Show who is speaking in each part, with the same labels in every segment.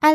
Speaker 1: 艾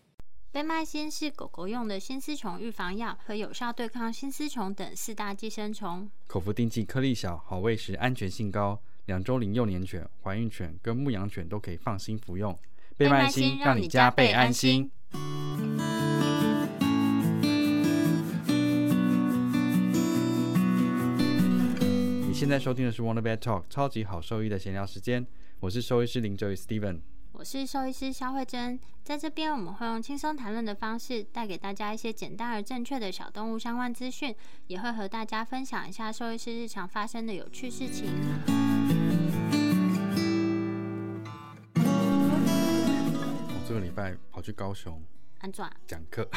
Speaker 1: 贝麦新是狗狗用的新丝虫预防药，可有效对抗新丝虫等四大寄生虫。
Speaker 2: 口服定剂颗粒小，好喂食，安全性高。两周龄幼年犬、怀孕犬跟牧羊犬都可以放心服用。倍
Speaker 1: 慢心让你加倍安心。
Speaker 2: 你现在收听的是 Wonder Vet Talk 超级好兽医的闲聊时间，我是兽医师林哲宇 Steven。
Speaker 1: 我是兽医师肖慧珍，在这边我们会用轻松谈论的方式，带给大家一些简单而正确的小动物相关资讯，也会和大家分享一下兽医师日常发生的有趣事情。
Speaker 2: 我哦这个礼拜跑去高雄
Speaker 1: 安啊壮，
Speaker 2: 讲课，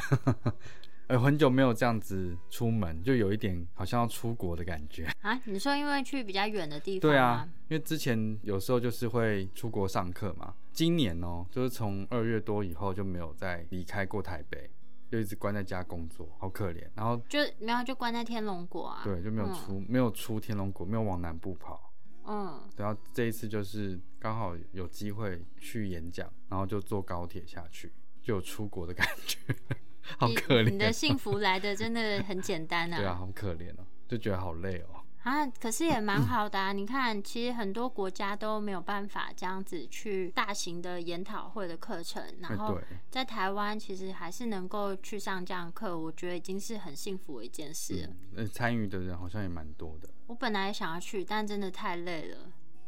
Speaker 2: 呃，很久没有这样子出门，就有一点好像要出国的感觉。
Speaker 1: 啊，你说因为去比较远的地方、
Speaker 2: 对啊，，因为之前有时候就是会出国上课嘛，今年哦、就是从二月多以后就没有再离开过台北，就一直关在家工作，好可怜。然后
Speaker 1: 就没有就关在天龙国啊。
Speaker 2: 对，就没有出、嗯没有出天龙国，没有往南部跑。
Speaker 1: 嗯。
Speaker 2: 然后这一次就是刚好有机会去演讲，然后就坐高铁下去，就有出国的感觉， 好
Speaker 1: 你
Speaker 2: 可怜、哦
Speaker 1: 你的幸福来的真的很简单啊！
Speaker 2: 对啊，好可怜哦，就觉得好累哦。
Speaker 1: 啊，可是也蛮好的啊！你看，其实很多国家都没有办法这样子去大型的研讨会的课程，
Speaker 2: 哎，
Speaker 1: 然后
Speaker 2: 对，
Speaker 1: 在台湾其实还是能够去上这样的课，我觉得已经是很幸福的一件事了。
Speaker 2: 嗯，呃，参与的人好像也蛮多的，
Speaker 1: 我本来也想要去，但真的太累了。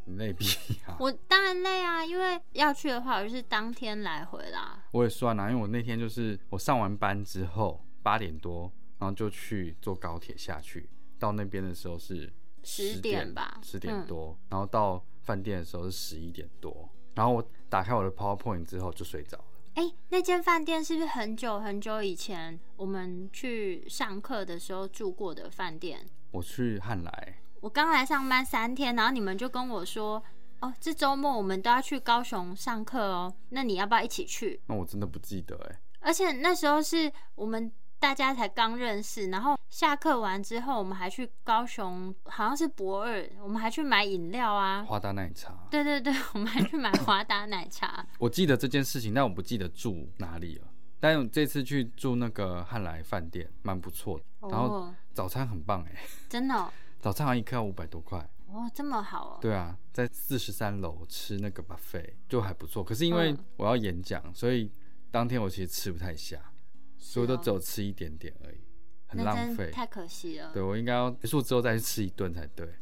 Speaker 2: 你累毙啊！
Speaker 1: 我当然累啊，因为要去的话，我就是当天来回啦。
Speaker 2: 我也算啦、啊因为我那天就是我上完班之后八点多，然后就去坐高铁下去，到那边的时候是
Speaker 1: 10点吧
Speaker 2: 十
Speaker 1: 嗯
Speaker 2: 点多，然后到饭店的时候是十一点多，然后我打开我的 PowerPoint 之后就睡着了。
Speaker 1: 哎、那间饭店是不是很久很久以前我们去上课的时候住过的饭店？
Speaker 2: 我去汉来，
Speaker 1: 我刚来上班三天，然后你们就跟我说，哦，这周末我们都要去高雄上课哦，那你要不要一起去？
Speaker 2: 那我真的不记得哎、
Speaker 1: 而且那时候是我们大家才刚认识，然后下课完之后，我们还去高雄，好像是博二，我们还去买饮料啊。
Speaker 2: 花大奶茶。
Speaker 1: 对对对，我们还去买华达奶茶。
Speaker 2: 我记得这件事情，但我不记得住哪里了。但我这次去住那个汉来饭店，蛮不错的。然后
Speaker 1: 哦，
Speaker 2: 早餐很棒哎、
Speaker 1: 真的哦，
Speaker 2: 早餐好像一克要五百多块。
Speaker 1: 哦这么好哦。
Speaker 2: 对啊，在四十三楼吃那个 buffet 就还不错。可是因为
Speaker 1: 嗯
Speaker 2: 我要演讲，所以当天我其实吃不太下，
Speaker 1: 是
Speaker 2: 所以
Speaker 1: 哦，
Speaker 2: 我都只有吃一点点而已，很
Speaker 1: 那
Speaker 2: 浪
Speaker 1: 真
Speaker 2: 费。
Speaker 1: 太可惜了
Speaker 2: 对。我应该要结束之后再去吃一顿才对。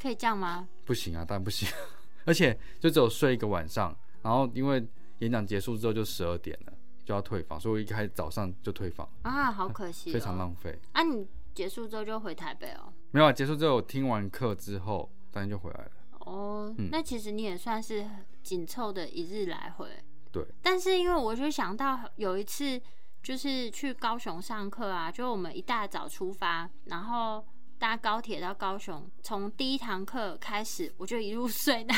Speaker 1: 可以这样吗？
Speaker 2: 不行啊，当然不行。 而且就只有睡一个晚上，然后因为演讲结束之后就十二点了，就要退房，所以我一开始早上就退房，
Speaker 1: 啊，好可惜、哦。
Speaker 2: 非常浪费。
Speaker 1: 啊，你结束之后就回台北哦。
Speaker 2: 没有啊，结束之后我听完课之后，当然就回来了。
Speaker 1: 哦，
Speaker 2: 嗯
Speaker 1: 那其实你也算是紧凑的一日来回。
Speaker 2: 对。
Speaker 1: 但是因为我就想到有一次，就是去高雄上课啊，就我们一大早出发，然后搭高铁到高雄，从第一堂课开始，我就一路 睡到，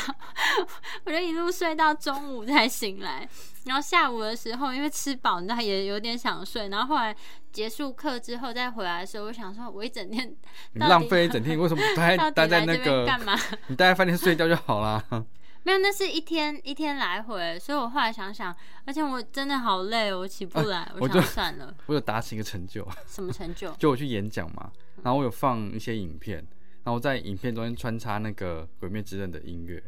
Speaker 1: 我就一路睡到中午才醒来。然后下午的时候，因为吃饱，那也有点想睡。然后后来结束课之后再回来的时候，我想说，我一整天
Speaker 2: 你
Speaker 1: 到底
Speaker 2: 浪费一整天，你为什么不待
Speaker 1: 到
Speaker 2: 哎待
Speaker 1: 底
Speaker 2: 在
Speaker 1: 来这
Speaker 2: 那
Speaker 1: 边
Speaker 2: 个
Speaker 1: 干嘛？
Speaker 2: 你待在饭店睡觉就好啦。
Speaker 1: 没有，那是一天一天来回，所以我后来想想，而且我真的好累哦，我起不来，我
Speaker 2: 呃我
Speaker 1: 想
Speaker 2: 就
Speaker 1: 算了，
Speaker 2: 我有达成一个成就，
Speaker 1: 什么成就？
Speaker 2: 就我去演讲嘛，然后我有放一些影片，然后我在影片中间穿插那个《鬼灭之刃》的音乐，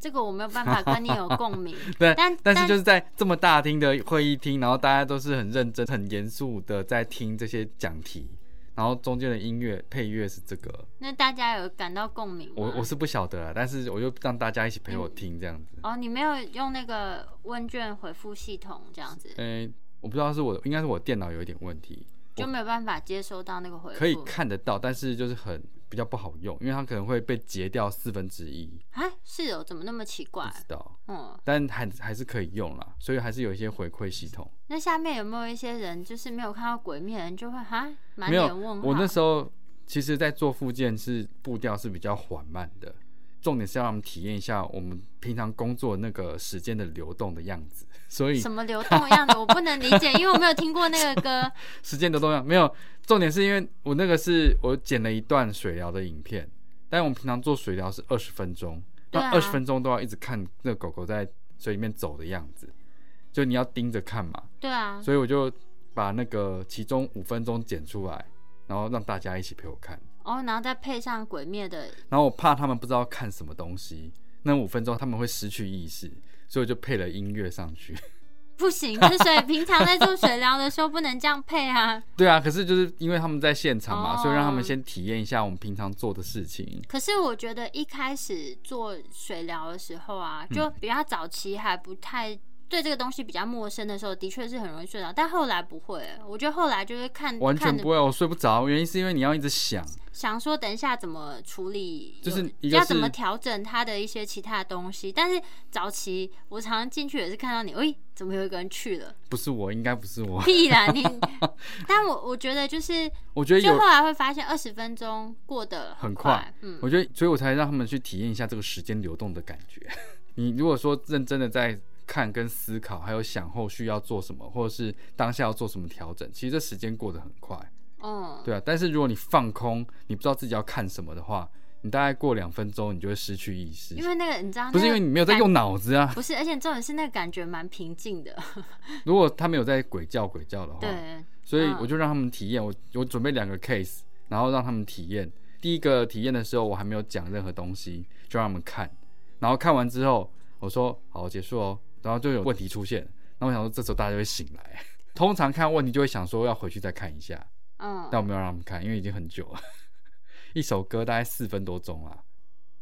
Speaker 1: 这个我没有办法跟你有共鸣。
Speaker 2: 对，
Speaker 1: 但
Speaker 2: 但是
Speaker 1: 但
Speaker 2: 就是在这么大厅的会议厅，然后大家都是很认真、很严肃的在听这些讲题，然后中间的音乐配乐是这个，
Speaker 1: 那大家有感到共鸣吗？
Speaker 2: 我我是不晓得啦，但是我就让大家一起陪我听这样子。
Speaker 1: 哦，你没有用那个问卷回复系统这样子，
Speaker 2: 嗯、我不知道是我应该是我电脑有一点问题，
Speaker 1: 就没有办法接收到那个回复。
Speaker 2: 可以看得到，但是就是很比较不好用，因为它可能会被截掉四分之一，
Speaker 1: 啊？是哦，怎么那么奇
Speaker 2: 不
Speaker 1: 怪？
Speaker 2: 知道。
Speaker 1: 嗯，
Speaker 2: 但还还是可以用啦，所以还是有一些回馈系统。
Speaker 1: 那下面有没有一些人就是没有看到鬼面人就会哈满
Speaker 2: 没有
Speaker 1: 脸问，号？
Speaker 2: 我那时候其实，在做复健是步调是比较缓慢的，重点是要让我们体验一下我们平常工作那个时间的流动的样子。所以
Speaker 1: 什么流动样子，我不能理解，因为我没有听过那个歌。
Speaker 2: 时间流动量没有，重点是因为我那个是我剪了一段水疗的影片，但我们平常做水疗是二十分钟，
Speaker 1: 对啊
Speaker 2: 那二十分钟都要一直看那个狗狗在水里面走的样子，就你要盯着看嘛。
Speaker 1: 对啊，
Speaker 2: 所以我就把那个其中五分钟剪出来，然后让大家一起陪我看。
Speaker 1: 哦，然后再配上鬼灭的，
Speaker 2: 然后我怕他们不知道看什么东西，那五分钟他们会失去意识，所以我就配了音乐上 去。
Speaker 1: 不行，之所以平常在做水疗的时候不能这样配啊。
Speaker 2: 对啊，可是就是因为他们在现场嘛，
Speaker 1: 哦
Speaker 2: 所以让他们先体验一下我们平常做的事情。
Speaker 1: 可是我觉得一开始做水疗的时候啊，就
Speaker 2: 嗯
Speaker 1: 比较早期还不太对这个东西比较陌生的时候，的确是很容易睡着，但后来不会。我觉得后来就是看
Speaker 2: 完全
Speaker 1: 看
Speaker 2: 不会，我睡不着，原因是因为你要一直想，
Speaker 1: 想说等一下怎么处理，
Speaker 2: 就是
Speaker 1: 有
Speaker 2: 一个
Speaker 1: 要
Speaker 2: 是
Speaker 1: 怎么调整它的一些其他的东西。但是早期我常常进去也是看到你，哎，怎么有一个人去了？
Speaker 2: 不是我，应该不是我。
Speaker 1: 屁啦 你！但我我觉得就是，
Speaker 2: 我觉得
Speaker 1: 就
Speaker 2: 有
Speaker 1: 后来会发现二十分钟过得
Speaker 2: 很
Speaker 1: 快，
Speaker 2: 快，
Speaker 1: 嗯，
Speaker 2: 我觉得，所以我才让他们去体验一下这个时间流动的感觉。 你如果说认真的在看跟思考，还有想后续要做什么，或者是当下要做什么调整，其实这时间过得很快，
Speaker 1: 嗯，
Speaker 2: 对啊。但是如果你放空，你不知道自己要看什么的话，你大概过两分钟，你就会失去意识，
Speaker 1: 因为那个你知道，
Speaker 2: 不是因为你没有在用脑子啊。
Speaker 1: 不是，而且重点是那个感觉蛮平静 的。
Speaker 2: 如果他没有在鬼叫鬼叫的话，
Speaker 1: 对，
Speaker 2: 所以
Speaker 1: 嗯
Speaker 2: 我就让他们体验，我我准备两个 case，然后让他们体验。第一个体验的时候，我还没有讲任何东西，就让他们看。然后看完之后，我说好结束哦，然后就有问题出现。那我想说，这时候大家就会醒来。 通常看问题就会想说要回去再看一下，
Speaker 1: 嗯，
Speaker 2: 但我没有让他们看，因为已经很久了， 一首歌大概四分多钟啦。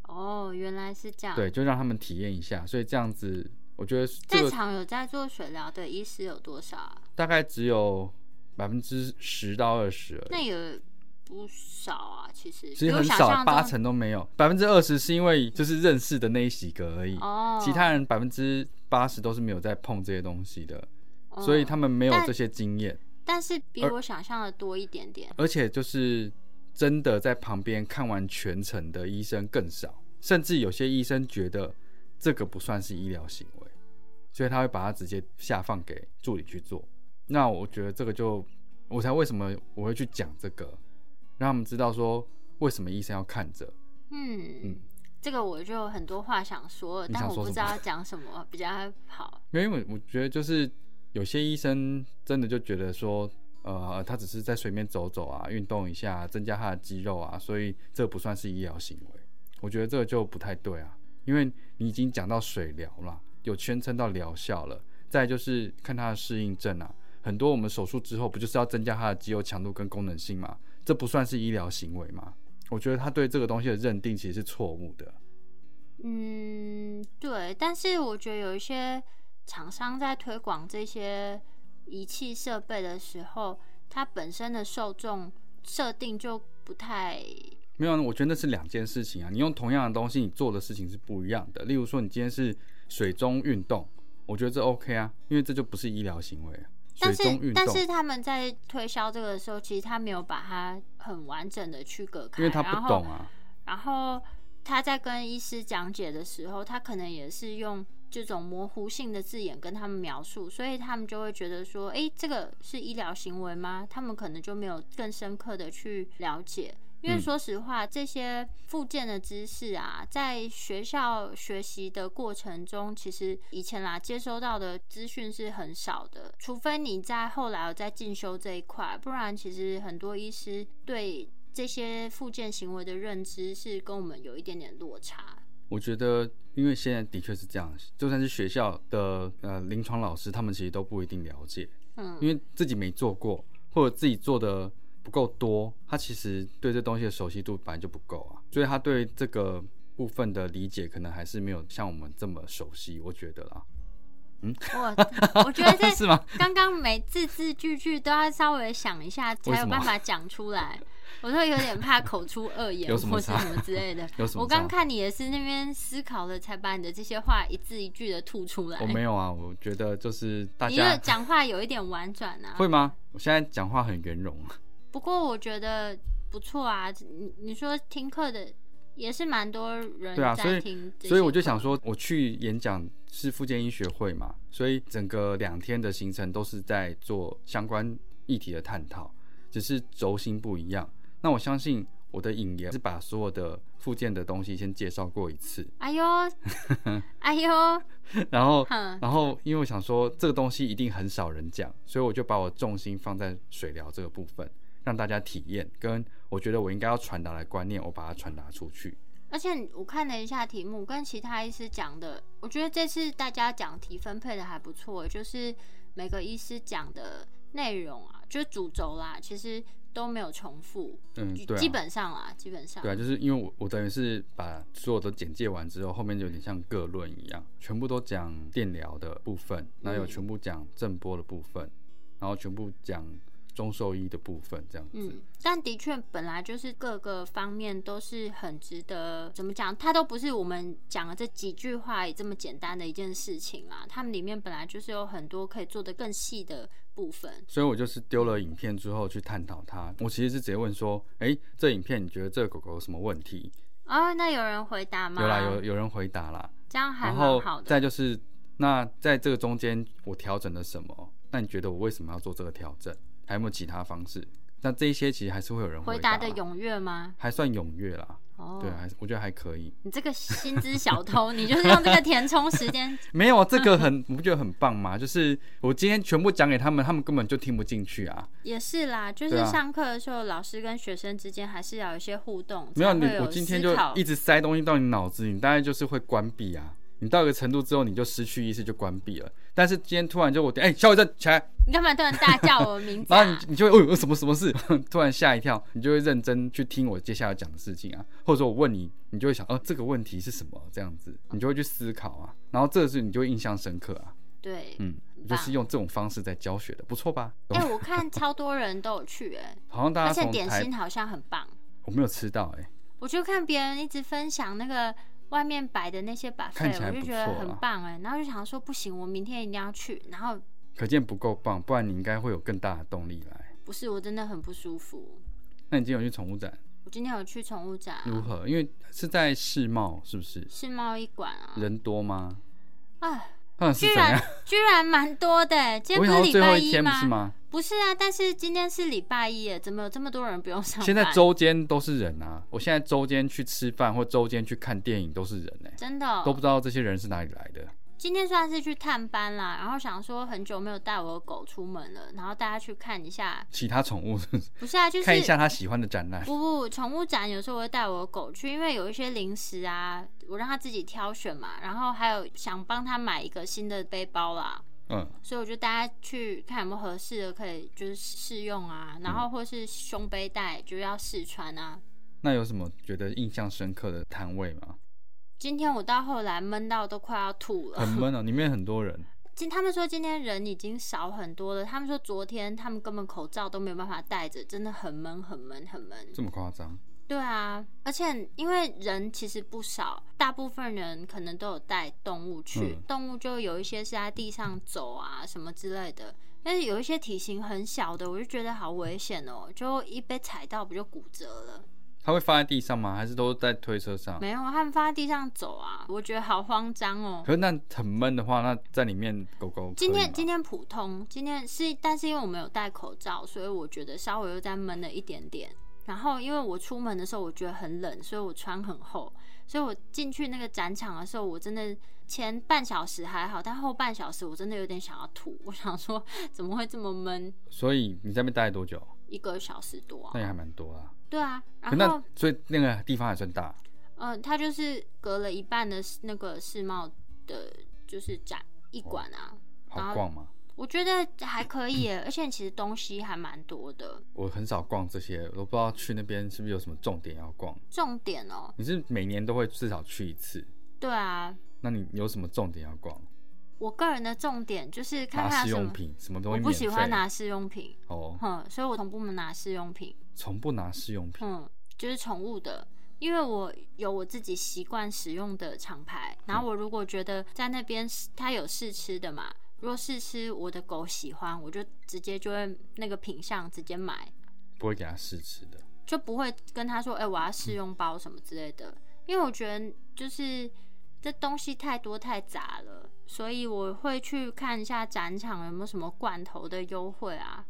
Speaker 1: 哦，原来是这样。，
Speaker 2: 对，就让他们体验一下。所以这样子，我觉得这
Speaker 1: 在
Speaker 2: 个
Speaker 1: 场有在做水疗的医师有多少啊？
Speaker 2: 大概只有百分之十到二十而已。
Speaker 1: 那也不少啊，其实
Speaker 2: 其
Speaker 1: 比
Speaker 2: 实
Speaker 1: 我
Speaker 2: 很
Speaker 1: 想
Speaker 2: 少，
Speaker 1: 象
Speaker 2: 八
Speaker 1: 中
Speaker 2: 成都没有，百分之二十是因为就是认识的那几个而已，
Speaker 1: 哦，
Speaker 2: 其他人百分之八十都是没有在碰这些东西的，
Speaker 1: 哦
Speaker 2: 所以他们没有
Speaker 1: 但
Speaker 2: 这些经验，
Speaker 1: 但是比我想象的多一点点。
Speaker 2: 而且就是真的在旁边看完全程的医生更少，甚至有些医生觉得这个不算是医疗行为，所以他会把它直接下放给助理去做。那我觉得这个就我才为什么我会去讲这个，让他们知道说为什么医生要看着。
Speaker 1: 嗯
Speaker 2: 嗯，
Speaker 1: 这个我就有很多话想说，
Speaker 2: 你
Speaker 1: 但
Speaker 2: 想
Speaker 1: 我
Speaker 2: 说
Speaker 1: 不知
Speaker 2: 什么
Speaker 1: 道讲什么比较好。
Speaker 2: 没有，因为我觉得就是有些医生真的就觉得说，呃，他只是在水面走走啊，运动一下，增加他的肌肉啊，所以这不算是医疗行为。我觉得这个就不太对啊，因为你已经讲到水疗啦，有宣称到疗效了，再来就是看他的适应症啊，很多我们手术之后不就是要增加他的肌肉强度跟功能性嘛，这不算是医疗行为吗？我觉得他对这个东西的认定其实是错误的。
Speaker 1: 嗯，对，但是我觉得有一些厂商在推广这些仪器设备的时候，它本身的受众设定就不太
Speaker 2: 没有，我觉得那是两件事情啊。你用同样的东西，你做的事情是不一样的。例如说，你今天是水中运动，我觉得这 OK 啊，因为这就不是医疗行为啊。水
Speaker 1: 但
Speaker 2: 中
Speaker 1: 是
Speaker 2: 运动
Speaker 1: 但，是他们在推销这个的时候，其实他没有把它很完整的区隔开，
Speaker 2: 因为他
Speaker 1: 然
Speaker 2: 不
Speaker 1: 后
Speaker 2: 懂啊。
Speaker 1: 然后他在跟医师讲解的时候，他可能也是用这种模糊性的字眼跟他们描述，所以他们就会觉得说，诶，这个是医疗行为吗？他们可能就没有更深刻的去了解。因为
Speaker 2: 嗯
Speaker 1: 说实话，这些附件的知识啊，在学校学习的过程中，其实以前啦接收到的资讯是很少的，除非你在后来有在进修这一块，不然其实很多医师对这些附件行为的认知是跟我们有一点点落差。
Speaker 2: 我觉得，因为现在的确是这样，就算是学校的呃临床老师，他们其实都不一定了解，
Speaker 1: 嗯，
Speaker 2: 因为自己没做过，或者自己做的不够多，他其实对这东西的熟悉度本来就不够啊，所以他对这个部分的理解可能还是没有像我们这么熟悉，我觉得啦。
Speaker 1: 我我觉得
Speaker 2: 是
Speaker 1: 这
Speaker 2: 吗？
Speaker 1: 刚刚每字字句句都要稍微想一下，才有办法讲出来。我都有点怕口出恶言
Speaker 2: 有什么
Speaker 1: 或是
Speaker 2: 差。
Speaker 1: 什么之类的
Speaker 2: 有什么
Speaker 1: 我刚
Speaker 2: 差
Speaker 1: 看你也是那边思考了，才把你的这些话一字一句的吐出来。
Speaker 2: 我没有啊，我觉得就是大
Speaker 1: 哎你的
Speaker 2: 家
Speaker 1: 讲话有一点婉转啊。
Speaker 2: 会吗？我现在讲话很圆融，
Speaker 1: 不过我觉得不错啊。你你说听课的也是蛮多人
Speaker 2: 对啊所
Speaker 1: 在
Speaker 2: 以
Speaker 1: 听这些课，
Speaker 2: 所以我就想说，我去演讲是复健医学会嘛，所以整个两天的行程都是在做相关议题的探讨，只是轴心不一样。那我相信我的引言是把所有的复健的东西先介绍过一次，
Speaker 1: 哎 呦，哎呦，
Speaker 2: 然后
Speaker 1: 哼，
Speaker 2: 然后因为我想说这个东西一定很少人讲，所以我就把我重心放在水疗这个部分，让大家体验，跟我觉得我应该要传达的观念，我把它传达出去。
Speaker 1: 而且我看了一下题目，跟其他医师讲的，我觉得这次大家讲题分配的还不错，就是每个医师讲的内容啊，就是主轴啦，其实都没有重复，
Speaker 2: 嗯，对、啊，
Speaker 1: 基本上啦，基本上
Speaker 2: 对啊，就是因为我我等于是把所有的简介完之后，后面就有点像各论一样，全部都讲电疗的部分，那有全部讲震波的部分，然后全部讲中兽医的部分，这样子。
Speaker 1: 嗯，但的确本来就是各个方面都是很值得，怎么讲？它都不是我们讲的这几句话这么简单的一件事情啦。他们里面本来就是有很多可以做的更细的部分。
Speaker 2: 所以我就是丢了影片之后去探讨它，我其实是直接问说，哎、这影片你觉得这个狗狗有什么问题？
Speaker 1: 啊，那有人回答吗？
Speaker 2: 有啦，有有人回答啦，
Speaker 1: 这样还
Speaker 2: 然
Speaker 1: 蛮
Speaker 2: 后
Speaker 1: 好的。
Speaker 2: 再就是，那在这个中间我调整了什么？那你觉得我为什么要做这个调整？还有没有其他方式？那这一些其实还是会有人
Speaker 1: 回
Speaker 2: 答
Speaker 1: 答
Speaker 2: 啦
Speaker 1: 的踊跃吗？
Speaker 2: 还算踊跃啦，
Speaker 1: 哦，
Speaker 2: 对，啊还是我觉得还可以。
Speaker 1: 你这个薪资小偷，你就是用这个填充时间。
Speaker 2: 没有啊这个很， 你不觉得很棒吗？就是我今天全部讲给他们，他们根本就听不进去啊。
Speaker 1: 也是啦，就是
Speaker 2: 对啊
Speaker 1: 上课的时候，老师跟学生之间还是要有一些互动。
Speaker 2: 没有啊
Speaker 1: 才
Speaker 2: 你
Speaker 1: 会，
Speaker 2: 我
Speaker 1: 有
Speaker 2: 今天
Speaker 1: 思
Speaker 2: 就
Speaker 1: 考
Speaker 2: 一直塞东西到你脑子里，你大概就是会关闭啊。你到一个程度之后，你就失去意识，就关闭了。但是今天突然就我，哎、小伟正起来，
Speaker 1: 你干嘛突然大叫我的名字、 啊？
Speaker 2: 然后你你就会，哦、有什么什么事，突然吓一跳，你就会认真去听我接下来讲的事情啊，或者说我问你，你就会想，哦、这个问题是什么？这样子，你就会去思考啊，然后这个是你就会印象深刻啊，
Speaker 1: 对，
Speaker 2: 嗯，就是用这种方式在教学的，不错吧？
Speaker 1: 哎、我看超多人都有去、哎，
Speaker 2: 好像大
Speaker 1: 而
Speaker 2: 家
Speaker 1: 且
Speaker 2: 从
Speaker 1: 点
Speaker 2: 台
Speaker 1: 心好像很棒。
Speaker 2: 我没有吃到哎、
Speaker 1: 我就看别人一直分享那个外面摆的那些摆
Speaker 2: 看
Speaker 1: 费
Speaker 2: 起，来
Speaker 1: 我
Speaker 2: 不
Speaker 1: 就觉
Speaker 2: 错
Speaker 1: 得
Speaker 2: 啊
Speaker 1: 很棒哎、然后就想说不行，我明天一定要去。然后
Speaker 2: 可见不够棒，不然你应该会有更大的动力来。
Speaker 1: 不是，我真的很不舒服。
Speaker 2: 那你今天有去宠物展
Speaker 1: 我今天有去宠物展、
Speaker 2: 如
Speaker 1: 啊，
Speaker 2: 何？因为是在世贸，是不是？
Speaker 1: 世贸一馆啊，
Speaker 2: 人多吗？
Speaker 1: 啊，
Speaker 2: 嗯，是
Speaker 1: 居
Speaker 2: 怎
Speaker 1: 然
Speaker 2: 样？
Speaker 1: 居然蛮多的、哎今
Speaker 2: 我
Speaker 1: 天不
Speaker 2: 想
Speaker 1: 是
Speaker 2: 到
Speaker 1: 礼
Speaker 2: 最后
Speaker 1: 拜
Speaker 2: 一天不
Speaker 1: 吗？
Speaker 2: 是吗？
Speaker 1: 不是啊，但是今天是礼拜一耶，怎么有这么多人不用上班？
Speaker 2: 现在周间都是人啊！我现在周间去吃饭或周间去看电影都是人呢、欸
Speaker 1: 真的哦、
Speaker 2: 都不知道这些人是哪里来的。
Speaker 1: 今天算是去探班啦，然后想说很久没有带我的狗出门了，然后带它去看一下。
Speaker 2: 其他宠物是不是
Speaker 1: 不是啊，就是
Speaker 2: 看一下他喜欢的展览，
Speaker 1: 不不，宠物展有时候我会带我的狗去，因为有一些零食啊，我让它自己挑选嘛，然后还有想帮它买一个新的背包啦，
Speaker 2: 嗯，
Speaker 1: 所以我就带它去看有没有合适的可以就是试用啊，然后或是胸背带就要试穿啊。
Speaker 2: 那有什么觉得印象深刻的摊位 吗？
Speaker 1: 今天我到后来闷到都快要吐了，
Speaker 2: 很闷哦、里面很多人，
Speaker 1: 今他们说今天人已经少很多了，他们说昨天他们根本口罩都没有办法戴着，真的很闷很闷很闷。
Speaker 2: 这么夸张？
Speaker 1: 对啊，而且因为人其实不少，大部分人可能都有带动物去，
Speaker 2: 嗯
Speaker 1: 动物就有一些是在地上走啊什么之类的，但是有一些体型很小的，我就觉得好危险哦，就一被踩到不就骨折了？
Speaker 2: 他会放在地上吗？还是都在推车上？
Speaker 1: 没有，啊他们放在地上走啊，我觉得好慌张哦。
Speaker 2: 可是那很闷的话，那在里面狗狗
Speaker 1: 今天今
Speaker 2: 天
Speaker 1: 天普通，今天是，但是因为我没有戴口罩，所以我觉得稍微又再闷了一点点。然后因为我出门的时候我觉得很冷，所以我穿很厚，所以我进去那个展场的时候，我真的前半小时还好，但后半小时我真的有点想要吐。我想说怎么会这么闷，
Speaker 2: 所以你在那边待多久？
Speaker 1: 一个小时多、
Speaker 2: 那也
Speaker 1: 啊？
Speaker 2: 还蛮多啦。
Speaker 1: 对啊，
Speaker 2: 可
Speaker 1: 然后
Speaker 2: 那所以那个地方还算大，
Speaker 1: 嗯，它就是隔了一半的那个世贸的，就是展一馆啊，
Speaker 2: 好逛吗？
Speaker 1: 我觉得还可以耶，而且其实东西还蛮多的。
Speaker 2: 我很少逛这些，我都不知道去那边是不是有什么重点要逛。
Speaker 1: 重点哦，
Speaker 2: 你是每年都会至少去一次，
Speaker 1: 对啊，
Speaker 2: 那你有什么重点要逛？
Speaker 1: 我个人的重点就是看
Speaker 2: 拿
Speaker 1: 看
Speaker 2: 试
Speaker 1: 有什
Speaker 2: 用
Speaker 1: 么。
Speaker 2: 品，什么东
Speaker 1: 我
Speaker 2: 西
Speaker 1: 不
Speaker 2: 免费？
Speaker 1: 喜欢拿试用品，
Speaker 2: 哦，
Speaker 1: 哼，所以我从不拿试用品，
Speaker 2: 从不拿试用品。
Speaker 1: 哼，就是宠物的，因为我有我自己习惯使用的厂牌，
Speaker 2: 嗯
Speaker 1: 然后我如果觉得在那边是它有试吃的嘛，如果试吃我的狗喜欢，我就直接就会那个品相直接买，
Speaker 2: 不会给他试吃的。
Speaker 1: 就不会跟他说，哎、我要试用包什么之类的，因为我觉得就是这东西太多太杂了，所以我会去看一下展场有没有什么罐头的优惠啊，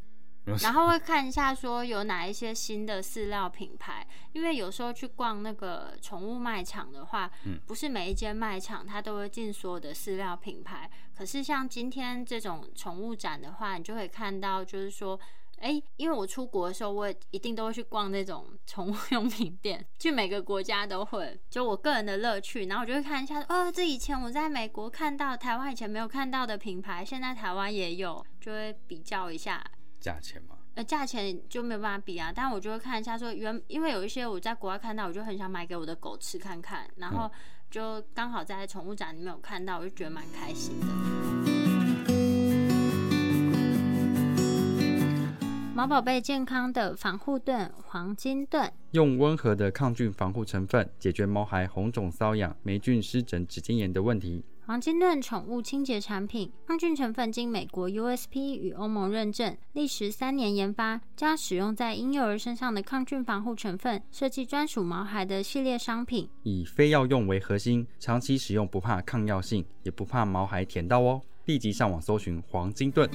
Speaker 2: 没有
Speaker 1: 然后会看一下说有哪一些新的饲料品牌，因为有时候去逛那个宠物卖场的话，
Speaker 2: 嗯
Speaker 1: 不是每一间卖场它都会进所有的饲料品牌。可是像今天这种宠物展的话，你就会看到，就是说，哎、因为我出国的时候，我也一定都会去逛那种宠物用品店，去每个国家都会，就我个人的乐趣。然后我就会看一下，哦，这以前我在美国看到，台湾以前没有看到的品牌，现在台湾也有，就会比较一下。
Speaker 2: 价钱嘛，
Speaker 1: 呃，价钱就没有办法比啊，但我就会看一下说原，因为有一些我在国外看到，我就很想买给我的狗吃看看，然后就刚好在宠物展里面有看到，我就觉得蛮开心的。毛宝贝健康的防护盾黄金盾，
Speaker 2: 用温和的抗菌防护成分解决毛孩红肿、瘙痒、霉菌、湿疹、指尖炎的问题。
Speaker 1: 黄金盾宠物清洁产品，抗菌成分经美国 USP 与欧盟认证，历时三年研发，将使用在婴幼儿身上的抗菌防护成分设计专属毛孩的系列商品。
Speaker 2: 以非药用为核心，长期使用不怕抗药性，也不怕毛孩舔到哦。立即上网搜寻黄金盾。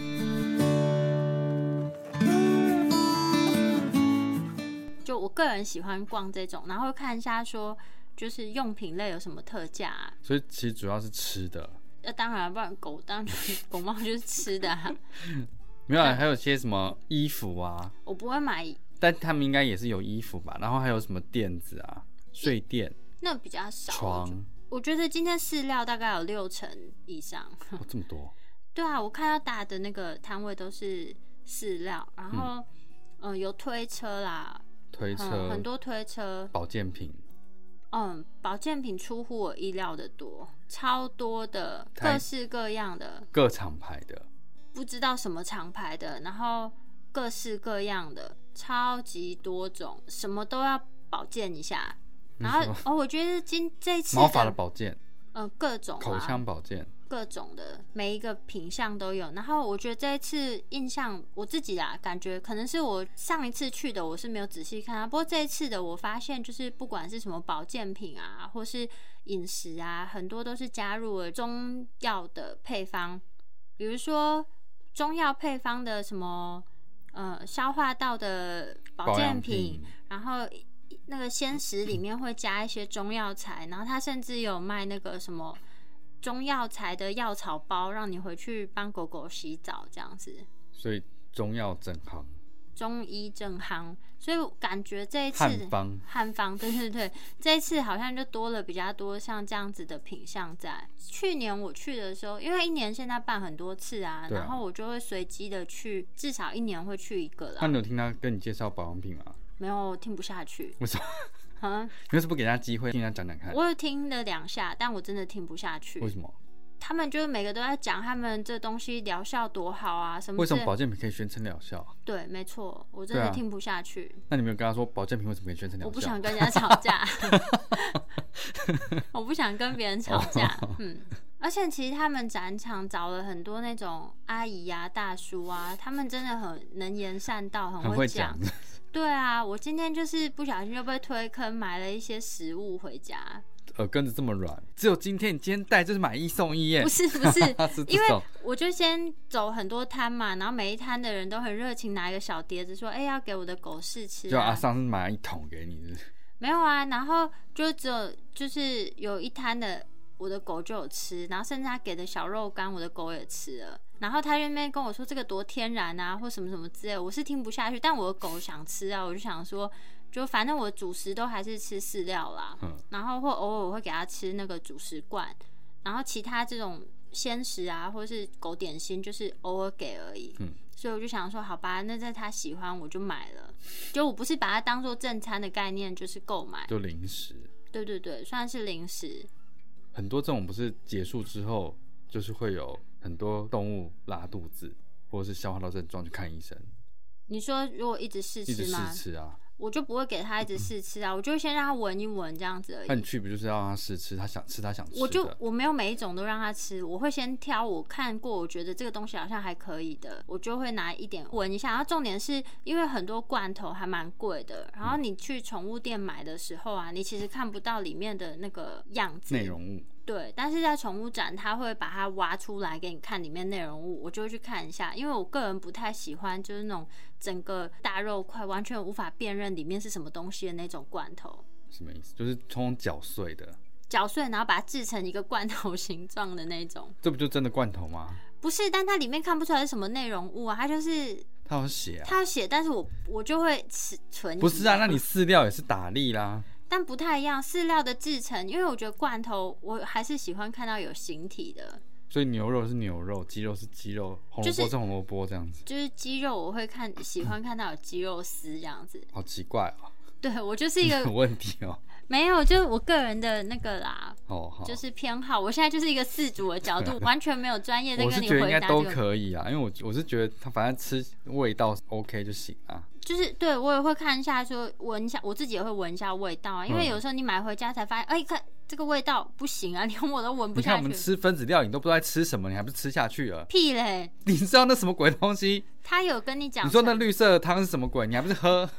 Speaker 1: 就我个人喜欢逛这种，然后看一下说就是用品类有什么特价、啊。
Speaker 2: 所以其实主要是吃的，
Speaker 1: 那、当然，不然狗当然就是狗猫就是吃的、啊，
Speaker 2: 没有啊，还有些什么衣服啊，
Speaker 1: 我不会买
Speaker 2: 但他们应该也是有衣服吧？然后还有什么垫子啊、睡垫、
Speaker 1: 那比较少。我觉
Speaker 2: 床，
Speaker 1: 我觉得今天饲料大概有六成以上。
Speaker 2: 哦，这么多，
Speaker 1: 对啊，我看到大的那个摊位都是饲料，然后嗯、呃有推车啦，
Speaker 2: 推车、
Speaker 1: 嗯，很多推车，
Speaker 2: 保健品，
Speaker 1: 嗯，保健品出乎我意料的多，超多的，
Speaker 2: 台
Speaker 1: 各式各样的。
Speaker 2: 各厂牌的，
Speaker 1: 不知道什么厂牌的，然后各式各样的，超级多种，什么都要保健一下。然
Speaker 2: 你
Speaker 1: 后
Speaker 2: 说
Speaker 1: 哦，我觉得今这一次
Speaker 2: 毛发
Speaker 1: 的
Speaker 2: 的保健、
Speaker 1: 呃各种、啊、
Speaker 2: 口腔保健，
Speaker 1: 各种的每一个品相都有。然后我觉得这一次印象我自己啦，感觉可能是我上一次去的，我是没有仔细看啊。不过这一次的我发现，就是不管是什么保健品啊，或是饮食啊，很多都是加入了中药的配方，比如说中药配方的什么呃消化道的保
Speaker 2: 保
Speaker 1: 健
Speaker 2: 养
Speaker 1: 品
Speaker 2: 品，
Speaker 1: 然后一那个鲜食里面会加一些中药材，然后它甚至有卖那个什么中药材的药草包，让你回去帮狗狗洗澡这样子。
Speaker 2: 所以中药整行、
Speaker 1: 中医正夯，所以我感觉这一次
Speaker 2: 汉方，
Speaker 1: 汉方，对对对，这一次好像就多了比较多像这样子的品相在。去年我去的时候，因为一年现在办很多次啊，
Speaker 2: 对啊
Speaker 1: 然后我就会随机的去，至少一年会去一个
Speaker 2: 那
Speaker 1: 啦。
Speaker 2: 你有听他跟你介绍保养品吗？
Speaker 1: 没有听不下去，
Speaker 2: 为什么？
Speaker 1: 嗯，
Speaker 2: 你为什么不给他机会，听他讲讲看？
Speaker 1: 我有听了两下，但我真的听不下去
Speaker 2: 为。什么？
Speaker 1: 他们就是每个都在讲他们这东西疗效多好啊，什么
Speaker 2: 为什
Speaker 1: 之
Speaker 2: 么
Speaker 1: 类
Speaker 2: 保健品可以宣称疗效啊？
Speaker 1: 对，没错，我真
Speaker 2: 对
Speaker 1: 的
Speaker 2: 啊
Speaker 1: 听不下去。
Speaker 2: 那你没有跟他说保健品为什么可以宣称疗效？
Speaker 1: 我不想跟人家吵 架，我不想跟别人吵架。
Speaker 2: 哦
Speaker 1: 嗯，而且其实他们展场找了很多那种阿姨啊、大叔啊，他们真的很能言善道，很
Speaker 2: 很会
Speaker 1: 讲
Speaker 2: 讲。，
Speaker 1: 对啊，我今天就是不小心就被推坑，买了一些食物回家。
Speaker 2: 耳根子这么软，只有今天你今天戴就是买一送一耶
Speaker 1: 不，是不是
Speaker 2: 是，这
Speaker 1: 因为
Speaker 2: 种
Speaker 1: 我就先走很多摊嘛，然后每一摊的人都很热情，拿一个小碟子说：“哎、要给我的狗试吃、啊。”
Speaker 2: 就阿上次买一桶给你是不是
Speaker 1: 没有啊，然后就只有就是有一摊的我的狗就有吃，然后甚至他给的小肉干我的狗也吃了，然后他就在那边跟我说这个多天然啊，或什么什么之类的，我是听不下去，但我的狗想吃啊，我就想说，就反正我主食都还是吃饲料啦，
Speaker 2: 嗯
Speaker 1: 然后或偶尔我会给它吃那个主食罐，然后其他这种鲜食啊或是狗点心就是偶尔给而已，
Speaker 2: 嗯
Speaker 1: 所以我就想说，好吧，那在它喜欢我就买了。就我不是把它当做正餐的概念，就是购买。
Speaker 2: 就零食。
Speaker 1: 对对对，算是零食。
Speaker 2: 很多这种不是结束之后，就是会有很多动物拉肚子或者是消化道症状去看医生，
Speaker 1: 你说如果一直试
Speaker 2: 一直
Speaker 1: 吃
Speaker 2: 试
Speaker 1: 吗？
Speaker 2: 吃啊，
Speaker 1: 我就不会给他一直试吃啊，我就先让他闻一闻这样子而
Speaker 2: 那
Speaker 1: 已
Speaker 2: 你。去不就是要让他试吃，他想吃他想吃的？
Speaker 1: 呃我就我没有每一种都让他吃，我会先挑我看过，我觉得这个东西好像还可以的，我就会拿一点闻一下。然后重点是因为很多罐头还蛮贵的，然后你去宠物店买的时候啊，你其实看不到里面的那个样子
Speaker 2: 内容物，
Speaker 1: 对，但是在宠物展，它会把它挖出来给你看里面内容物，我就会去看一下，因为我个人不太喜欢就是那种整个大肉块完全无法辨认里面是什么东西的那种罐头，
Speaker 2: 什么意思？就是从绞碎的，
Speaker 1: 绞碎然后把它制成一个罐头形状的那种，
Speaker 2: 这不就真的罐头吗？
Speaker 1: 不是，但它里面看不出来是什么内容物啊，它就是
Speaker 2: 他有写啊，
Speaker 1: 它有写，但是我我就会持存疑
Speaker 2: 不是啊？那你饲料也是打粒啦，
Speaker 1: 但不太一样，饲料的制成，因为我觉得罐头我还是喜欢看到有形体的，
Speaker 2: 所以牛肉是牛肉，鸡肉是鸡肉，红萝
Speaker 1: 就是
Speaker 2: 卜是红萝卜，这样子，
Speaker 1: 就是鸡肉我会看喜欢看到有鸡肉丝这样 子。
Speaker 2: 好奇怪哦，
Speaker 1: 对我就是一
Speaker 2: 有
Speaker 1: 个
Speaker 2: 问题哦。
Speaker 1: 没有，就是我个人的那个啦，
Speaker 2: 哦，好，
Speaker 1: 就是偏好。我现在就是一个饲主的 角度，完全没有专业在
Speaker 2: 我是
Speaker 1: 跟你
Speaker 2: 觉得应
Speaker 1: 回
Speaker 2: 该
Speaker 1: 答
Speaker 2: 都
Speaker 1: 这个。
Speaker 2: 可以啊，因为我我是觉得它反正吃味道 OK 就行啊。
Speaker 1: 就是对我也会看一下说闻一下，我自己也会闻一下味道啊，因为
Speaker 2: 嗯
Speaker 1: 有时候你买回家才发现，哎、看这个味道不行啊， 连我都闻不
Speaker 2: 你看
Speaker 1: 下
Speaker 2: 我们
Speaker 1: 去。
Speaker 2: 吃分子料理，你都不知道在吃什么，你还不是吃下去了？
Speaker 1: 屁嘞！
Speaker 2: 你知道那什么鬼东西？
Speaker 1: 他有跟你讲
Speaker 2: 你
Speaker 1: 成，
Speaker 2: 说那绿色的汤是什么鬼？你还不是喝？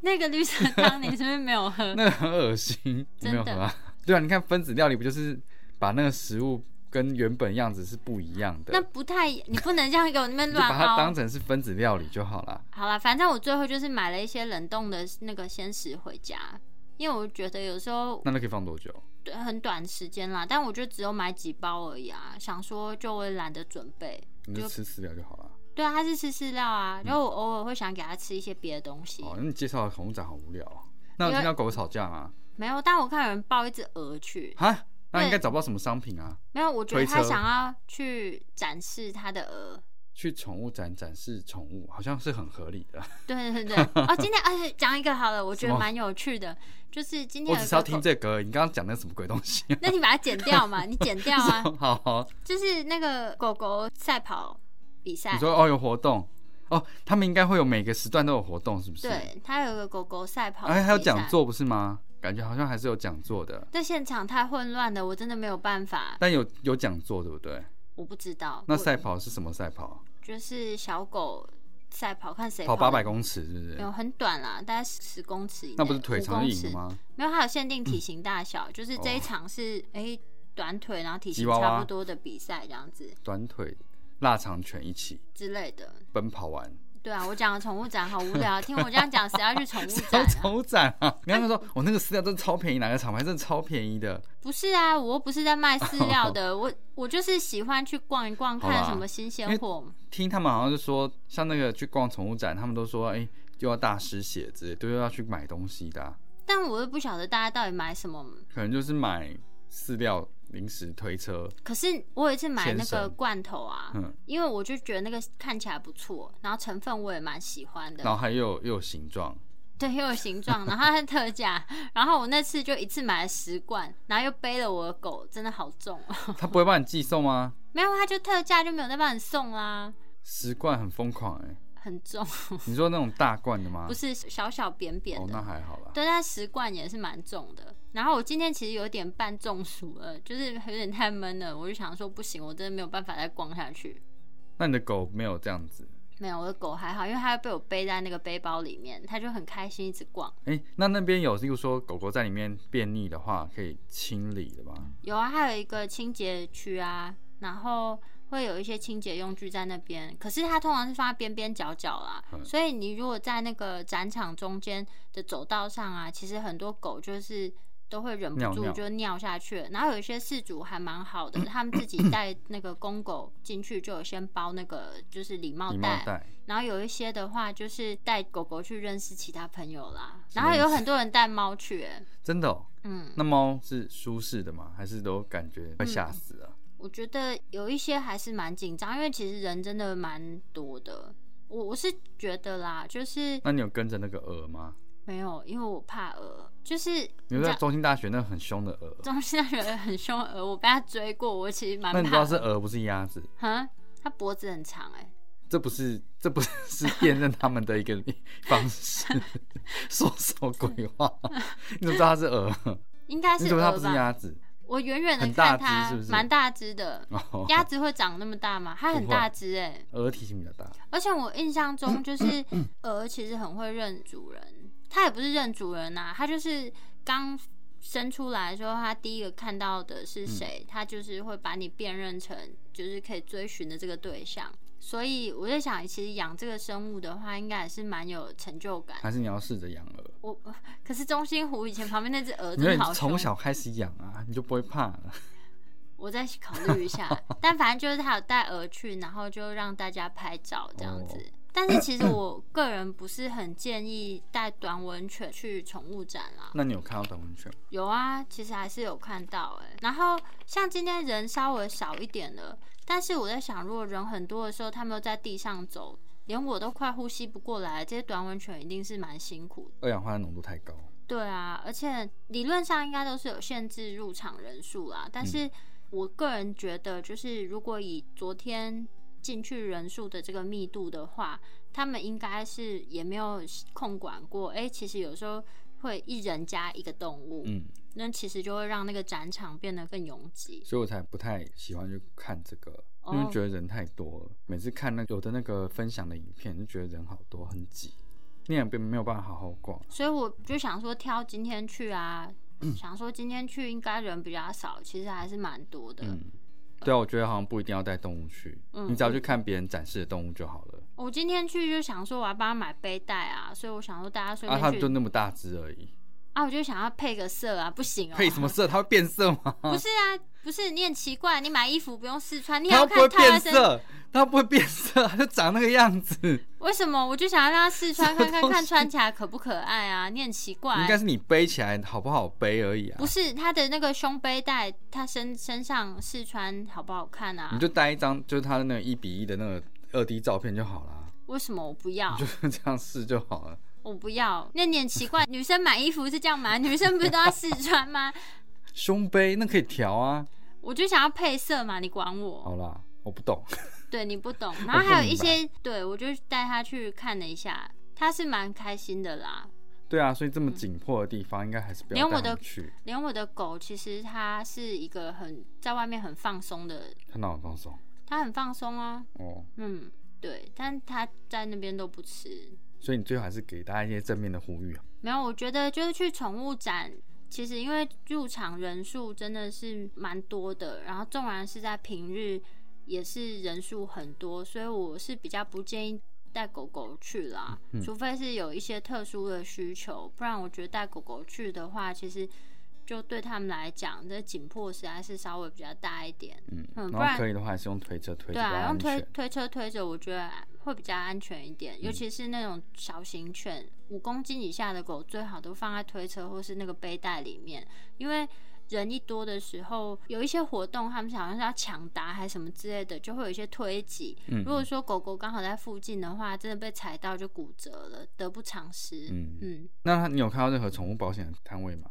Speaker 1: 那个绿 色汤，你是不是没有喝？
Speaker 2: 那个很恶心，你没有喝
Speaker 1: 真
Speaker 2: 啊？ 对啊，你看分子料理不就是把那个食物跟原本样子是不一样的？
Speaker 1: 那不太，你不能这样给我那边
Speaker 2: 你就把
Speaker 1: 乱
Speaker 2: 它
Speaker 1: 凹
Speaker 2: 当。成是分子料理就好啦。
Speaker 1: 好啦，反正我最后就是买了一些冷冻的那个鲜食回家，因为我觉得有时候
Speaker 2: 那那可以放多久？
Speaker 1: 对很短时间啦，但我就只有买几包而已啊，想说就会懒得准备。
Speaker 2: 你就吃饲料就好了。
Speaker 1: 对啊，他是吃饲料啊，然后我偶尔会想给他吃一些别的东西，
Speaker 2: 嗯哦，那你介绍的恐龙展好无聊、哦。那有
Speaker 1: 因为
Speaker 2: 听到狗吵架吗？
Speaker 1: 没有。但我看有人抱一只鹅去，
Speaker 2: 哈，那
Speaker 1: 对
Speaker 2: 应该找不到什么商品啊。
Speaker 1: 没有，我觉得
Speaker 2: 推
Speaker 1: 他
Speaker 2: 车
Speaker 1: 想要去展示他的鹅。
Speaker 2: 去宠物展展示宠物，好像是很合理的。
Speaker 1: 对对对，对哦，今天而且讲一个好了，我觉
Speaker 2: 什
Speaker 1: 得
Speaker 2: 么
Speaker 1: 蛮有趣的，就是今天
Speaker 2: 我
Speaker 1: 有
Speaker 2: 只
Speaker 1: 一
Speaker 2: 是要
Speaker 1: 个
Speaker 2: 听
Speaker 1: 狗，
Speaker 2: 这个而已，你刚刚讲那什么鬼 东西、
Speaker 1: 那你把它剪掉 嘛，你剪掉
Speaker 2: 啊，
Speaker 1: 啊
Speaker 2: 好好，
Speaker 1: 就是那个狗狗赛跑比赛
Speaker 2: 你，说哦有活动哦，他们应该会有每个时段都有活动，是不是？。
Speaker 1: 对，它有个狗狗赛跑，
Speaker 2: 哎，还有讲，座不是吗？感觉好像还是有讲座的，
Speaker 1: 那现场太混乱了，我真的没有办法，
Speaker 2: 但有有讲座对不对？
Speaker 1: 我不知道，
Speaker 2: 那
Speaker 1: 我
Speaker 2: 赛跑是什么赛跑？
Speaker 1: 就是小狗赛跑，看谁
Speaker 2: 跑
Speaker 1: 得
Speaker 2: 八百公尺是不
Speaker 1: 没有
Speaker 2: 是？
Speaker 1: 很短啦，大概十公尺以内，
Speaker 2: 那不是腿
Speaker 1: 5
Speaker 2: 长
Speaker 1: 公
Speaker 2: 就赢了
Speaker 1: 尺？
Speaker 2: 吗？
Speaker 1: 没有，它有限定体型大小，就是这一
Speaker 2: 哦
Speaker 1: 场是哎、短腿，然后体
Speaker 2: 吉
Speaker 1: 型
Speaker 2: 娃
Speaker 1: 差
Speaker 2: 娃
Speaker 1: 不多的比赛这样子
Speaker 2: 短腿、腊肠犬一起
Speaker 1: 之类的。
Speaker 2: 奔跑完，
Speaker 1: 对啊，我讲的宠物展好无聊，听我这样讲，谁要去宠物
Speaker 2: 谁
Speaker 1: 展
Speaker 2: 要
Speaker 1: 啊？
Speaker 2: 宠物展啊！你刚刚说我那个饲料真的超便宜，哪个厂牌真的超便宜的？
Speaker 1: 不是啊，我又不是在卖饲料 的，我我就是喜欢去逛一逛，
Speaker 2: 好啦
Speaker 1: 看什么新鲜货。
Speaker 2: 听他们好像是说，像那个去逛宠物展，他们都说，哎、又要大失血之类，都要去买东西的啊、
Speaker 1: 但我又不晓得大家到底买什么。
Speaker 2: 可能就是买饲料、零食、推车，
Speaker 1: 可是我有一次买那
Speaker 2: 牵
Speaker 1: 个
Speaker 2: 绳
Speaker 1: 罐头啊，
Speaker 2: 嗯，
Speaker 1: 因为我就觉得那个看起来不错，然后成分我也蛮喜欢
Speaker 2: 然
Speaker 1: 的，
Speaker 2: 后还有又有形状，
Speaker 1: 对，又有形状，然后它是特价。然后我那次就一次买了十罐，然后又背了我的狗，真的好重哦。
Speaker 2: 他不会帮你寄送吗？
Speaker 1: 没有，它就特价就没有再帮你送啦，
Speaker 2: 十罐很疯狂哎、
Speaker 1: 很重，
Speaker 2: 你说那种大罐的吗？
Speaker 1: 不是小小扁扁
Speaker 2: 哦，
Speaker 1: 的。
Speaker 2: 那还好啦。
Speaker 1: 对，但十罐也是蛮重的。然后我今天其实有点半中暑了，就是有点太闷了，我就想说不行，我真的没有办法再逛下去。
Speaker 2: 那你的狗没有这样子？
Speaker 1: 没有，我的狗还好，因为它被我背在那个背包里面，它就很开心一直逛。
Speaker 2: 哎、那那边有，例如说狗狗在里面便溺的话，可以清理的吧？
Speaker 1: 有啊，还有一个清洁区啊，然后会有一些清洁用具在那边，可是它通常是放在边边角角啦，
Speaker 2: 嗯
Speaker 1: 所以你如果在那个展场中间的走道上啊，其实很多狗就是。都会忍不
Speaker 2: 尿
Speaker 1: 住
Speaker 2: 尿
Speaker 1: 就尿下去了，然后有一些饲主还蛮好 的，他们自己带那个公狗进去，就有先包那个就是礼貌
Speaker 2: 礼貌袋，
Speaker 1: 然后有一些的话就是带狗狗去认识其他朋友啦，
Speaker 2: 什
Speaker 1: 然
Speaker 2: 么
Speaker 1: 后
Speaker 2: 意
Speaker 1: 有
Speaker 2: 思
Speaker 1: 很多人带猫去、欸，
Speaker 2: 真的、哦。
Speaker 1: 嗯，
Speaker 2: 那猫是舒适的吗？还是都感觉快吓死了？
Speaker 1: 我觉得有一些还是蛮紧张，因为其实人真的蛮多的。我我是觉得啦，就是
Speaker 2: 那你有跟着那个鹅吗？
Speaker 1: 没有，因为我怕鹅，就是
Speaker 2: 你
Speaker 1: 知
Speaker 2: 知道
Speaker 1: 道
Speaker 2: 中兴大学那个很凶的鹅，
Speaker 1: 中心大人很凶鹅，我被它追过，我其实蛮
Speaker 2: 那你知
Speaker 1: 怕
Speaker 2: 道是
Speaker 1: 的。
Speaker 2: 鹅不是鸭子？
Speaker 1: 哼，它脖子很长哎、
Speaker 2: 这不是这不是是辨认他们的一个方 式，说什么鬼话？你怎么知道它是鹅？
Speaker 1: 应该
Speaker 2: 你
Speaker 1: 是
Speaker 2: 怎么知道它不
Speaker 1: 鹅
Speaker 2: 是
Speaker 1: 吧？
Speaker 2: 鸭子？
Speaker 1: 我远远的
Speaker 2: 很大
Speaker 1: 看
Speaker 2: 只
Speaker 1: 它
Speaker 2: 是不，是
Speaker 1: 蛮大只的。
Speaker 2: 哦，
Speaker 1: 鸭子会长那么大吗？它很
Speaker 2: 不会
Speaker 1: 大只哎、
Speaker 2: 鹅体型比较大，
Speaker 1: 而且我印象中就是
Speaker 2: 嗯
Speaker 1: 鹅其实很会认主人，啊它也不是认主人呐、它就是刚生出来的时候，它第一个看到的是
Speaker 2: 嗯
Speaker 1: 谁，它就是会把你辨认成就是可以追寻的这个对象。所以我在想，其实养这个生物的话，应该也是蛮有成就 感。
Speaker 2: 还是你要试着养鹅？
Speaker 1: 我可是中心湖以前旁边那只鹅
Speaker 2: 你说
Speaker 1: 真
Speaker 2: 你
Speaker 1: 的好凶
Speaker 2: 从，小开始养啊，你就不会怕了。
Speaker 1: 我再考虑一下。但反正就是他有带鹅去，然后就让大家拍照这样子。但是其实我个人不是很建议带短吻犬去宠物展啦。
Speaker 2: 那你有看到短吻犬吗？
Speaker 1: 有啊，其实还是有看到哎、然后像今天人稍微少一点了，但是我在想，如果人很多的时候，他们又在地上走，连我都快呼吸不过来，这些短吻犬一定是蛮辛苦的。
Speaker 2: 二氧化碳浓度太高，
Speaker 1: 对啊，而且理论上应该都是有限制入场人数啦，
Speaker 2: 嗯
Speaker 1: 但是我个人觉得，就是如果以昨天进去人数的这个密度的话，他们应该是也没有控管过。哎、其实有时候会一人加一个动物，
Speaker 2: 嗯，
Speaker 1: 那其实就会让那个展场变得更拥挤。
Speaker 2: 所以我才不太喜欢去看这个，因
Speaker 1: 哦
Speaker 2: 为觉得人太多了。每次看那有的那个分享的影片，就觉得人好多，很挤，你也并没有办法好好逛。
Speaker 1: 所以我就想说，挑今天去 啊，想说今天去应该人比较少，其实还是蛮多的。
Speaker 2: 嗯，对啊，我觉得好像不一定要带动物去，
Speaker 1: 嗯
Speaker 2: 你只要去看别人展示的动物就好了。
Speaker 1: 我今天去就想说我要帮他买背带啊，所以我想说大家顺
Speaker 2: 啊，它
Speaker 1: 便去
Speaker 2: 就那么大只而已，
Speaker 1: 啊我就想要配个色啊，不行哦、
Speaker 2: 配什么？色？它会变色吗？
Speaker 1: 不是啊，不是你很奇怪，你买衣服不用试 穿，你还
Speaker 2: 它
Speaker 1: 要
Speaker 2: 又不会
Speaker 1: 看套在
Speaker 2: 变
Speaker 1: 身，
Speaker 2: 色，它不会变色，它就长那个样子。你
Speaker 1: 为什么？我就想要让他试穿看
Speaker 2: 什么
Speaker 1: 看
Speaker 2: 东西
Speaker 1: 看穿起来可不可爱啊，你很奇怪、
Speaker 2: 应该是你背起来好不好背而已啊
Speaker 1: 不，是他的那个胸背带，他身身上试穿好不好看啊
Speaker 2: 你？就带一张就是它的那个一比一的那个二 D 照片就好啦，
Speaker 1: 为什么我不要？
Speaker 2: 就 这样试就好了。
Speaker 1: 我不要？那你很奇怪，女生买衣服是这样买，女生不是都要试穿吗？
Speaker 2: 胸杯那可以调啊，
Speaker 1: 我就想要配色嘛，你管我？
Speaker 2: 好啦，我不懂，
Speaker 1: 对你不懂，然后还有一些，对我就带他去看了一下，他是蛮开心的啦。
Speaker 2: 对啊，所以这么紧迫的地方应该还是不
Speaker 1: 连
Speaker 2: 要
Speaker 1: 我
Speaker 2: 带
Speaker 1: 的
Speaker 2: 它去，
Speaker 1: 连我的狗其实它是一个很在外面很放松的，
Speaker 2: 看到很放松
Speaker 1: 它很放松啊，
Speaker 2: 哦。
Speaker 1: 嗯，对，但它在那边都不吃。
Speaker 2: 所以你最好还是给大家一些正面的呼吁啊。
Speaker 1: 没有，我觉得就是去宠物展，其实因为入场人数真的是蛮多的，然后纵然是在平日也是人数很多，所以我是比较不建议带狗狗去啦，
Speaker 2: 嗯
Speaker 1: 除非是有一些特殊的需求，不然我觉得带狗狗去的话，其实就对他们来讲，这紧迫实在是稍微比较大一点。
Speaker 2: 嗯，
Speaker 1: 嗯不
Speaker 2: 然后
Speaker 1: 然
Speaker 2: 可以的话，还是用推车
Speaker 1: 对
Speaker 2: 推着比较
Speaker 1: 啊，用
Speaker 2: 安
Speaker 1: 推
Speaker 2: 全。嗯
Speaker 1: 推车推着，我觉得会比较安全一点，尤其是那种小型犬，五公斤以下的狗最好都放在推车或是那个背带里面，因为人一多的时候，有一些活动他们好像是要抢答还是什么之类的，就会有一些推挤。
Speaker 2: 嗯
Speaker 1: 如果说狗狗刚好在附近的话，真的被踩到就骨折了，得不偿失。
Speaker 2: 嗯
Speaker 1: 嗯
Speaker 2: 那你有看到任何宠物保险的摊位吗？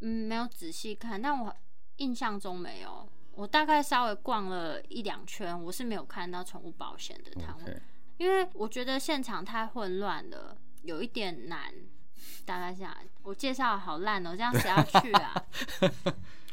Speaker 1: 嗯，没有仔细看，但我印象中没有。我大概稍微逛了一两圈，我是没有看到宠物保险的摊位。
Speaker 2: OK，
Speaker 1: 因为我觉得现场太混乱了，有一点难。大概是这样，我介绍得好烂哦、这样谁要去 啊？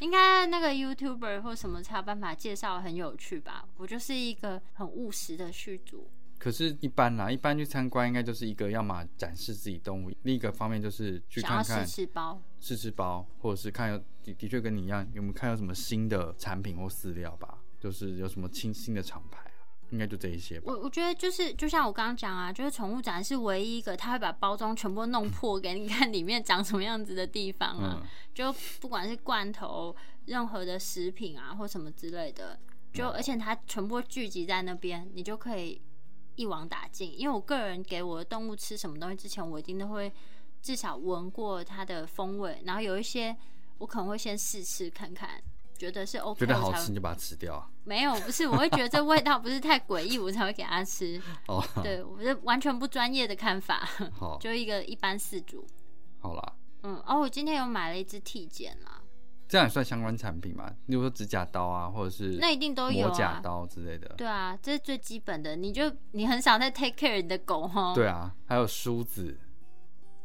Speaker 1: 应该那个 YouTuber 或什么才有办法介绍得很有趣吧？我就是一个很务实的续主，
Speaker 2: 可是，一般啦，一般去参观应该就是一个要么展示自己动物，另一个方面就是去
Speaker 1: 想要
Speaker 2: 看看
Speaker 1: 试吃包。
Speaker 2: 试吃包，或者是看有的的确跟你一样，有没有看到什么新的产品或饲料吧？就是有什么新新的厂牌啊，应该就这一些吧。
Speaker 1: 我我觉得就是就像我刚刚讲啊，就是宠物展是唯一一个他会把包装全部弄破给你看里面长什么样子的地方啊。
Speaker 2: 嗯，
Speaker 1: 就不管是罐头、任何的食品啊，或什么之类的，
Speaker 2: 嗯
Speaker 1: 就而且它全部聚集在那边，你就可以一网打尽。因为我个人给我的动物吃什么东西之前，我一定都会至少闻过它的风味，然后有一些我可能会先试吃看看，觉得是 OK，
Speaker 2: 觉得
Speaker 1: 我
Speaker 2: 好
Speaker 1: 才
Speaker 2: 吃
Speaker 1: 会
Speaker 2: 你就把它吃掉啊。
Speaker 1: 没有，不是，我会觉得这味道不是太诡异，我才会给它 吃。
Speaker 2: 哦，
Speaker 1: 对，我是完全不专业的看法，
Speaker 2: 好，
Speaker 1: 就一个一般饲主。
Speaker 2: 好啦，
Speaker 1: 嗯，哦，我今天有买了一只剃剪啦。
Speaker 2: 这样也算相关产品嘛？例如说指甲刀啊，或者是
Speaker 1: 那一定都有
Speaker 2: 磨甲
Speaker 1: 啊。
Speaker 2: 刀之类的。
Speaker 1: 对啊，这是最基本的，你就你很少在 take care 你的狗哦。
Speaker 2: 对啊，还有梳子，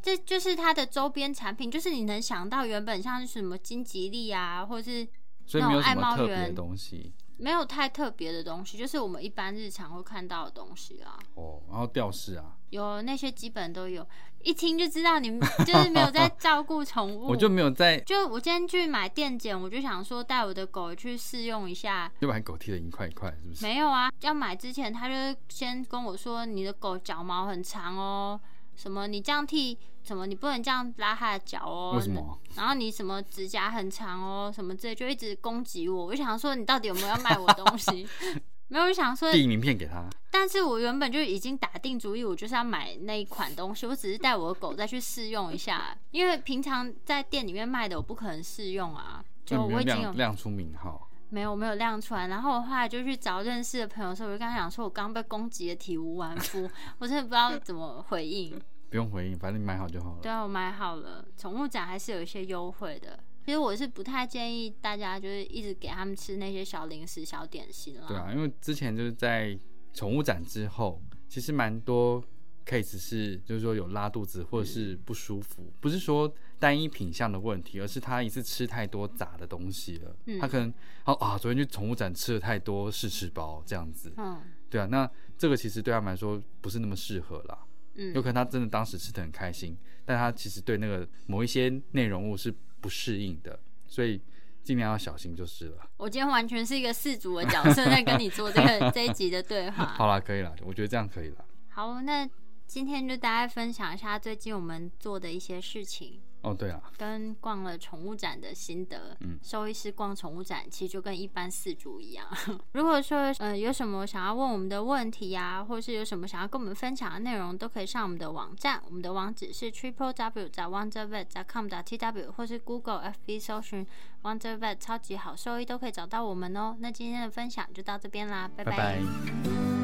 Speaker 1: 这就是它的周边产品，就是你能想到原本像是什么金吉利啊，或者是
Speaker 2: 所以没有
Speaker 1: 那种
Speaker 2: 什
Speaker 1: 爱
Speaker 2: 么
Speaker 1: 猫
Speaker 2: 特别的
Speaker 1: 园
Speaker 2: 东西
Speaker 1: 没有太特别的东西，就是我们一般日常会看到的东西啦。
Speaker 2: 哦。然后吊饰啊，
Speaker 1: 有那些基本都有，一听就知道你 就是没有在照顾宠物。
Speaker 2: 我就没有在
Speaker 1: 就我今天去买电剪，我就想说带我的狗去试用一下。
Speaker 2: 就把狗踢得一块一块，是不是？
Speaker 1: 没有啊，要买之前他就先跟我说你的狗脚毛很长哦，什么你这样剃，什么你不能这样拉它的脚哦。
Speaker 2: 为什么？
Speaker 1: 然后你什么指甲很长哦，什么之类，就一直攻击我。我就想说，你到底有没有要卖我东 西？没有，我就想说，
Speaker 2: 递名片给他，
Speaker 1: 但是我原本就已经打定主意，我就是要买那一款东西。我只是带我的狗再去试用一下，因为平常在店里面卖的，我不可能试用啊。就
Speaker 2: 那你
Speaker 1: 我
Speaker 2: 们
Speaker 1: 已经有
Speaker 2: 亮亮出名号，
Speaker 1: 没有我没有亮出来，然后我后来就去找认识的朋友的时候，我就跟他讲说，我刚被攻击的体无完肤， 我真的不知道怎么回应。
Speaker 2: 不用回应，反正你买好就好
Speaker 1: 对
Speaker 2: 了。
Speaker 1: 啊，我买好了。宠物展还是有一些优惠的。其实我是不太建议大家就是一直给他们吃那些小零食、小点心啦。
Speaker 2: 对啊，因为之前就是在宠物展之后，其实蛮多 case 是就是说有拉肚子或者是不舒服，不是说单一品相的问题，而是他一次吃太多杂的东西了。
Speaker 1: 嗯
Speaker 2: 他可能哦啊，昨天去宠物展吃了太多试吃包这样子。
Speaker 1: 嗯
Speaker 2: 对啊，那这个其实对他们来说不是那么适合啦。有
Speaker 1: 嗯，
Speaker 2: 可能他真的当时吃的很开心，但他其实对那个某一些内容物是不适应的，所以尽量要小心就是了。
Speaker 1: 我今天完全是一个事主的角 色在跟你做这个这一集的对话。
Speaker 2: 好啦，可以啦，我觉得这样可以啦。
Speaker 1: 好，那今天就大家分享一下最近我们做的一些事情，
Speaker 2: 哦，对啦，
Speaker 1: 跟逛了宠物展的心得。
Speaker 2: 嗯
Speaker 1: 兽医师逛宠物展其实就跟一般饲主一样。 如果说呃有什么想要问我们的问题啊，或是有什么想要跟我们分享的内容，都可以上我们的网站，我们的网址是 triple w 在 wondervet com t w 或是 Google FB 搜寻 wondervet 超级好兽医都可以找到我们哦。那今天的分享就到这边啦，拜
Speaker 2: 拜拜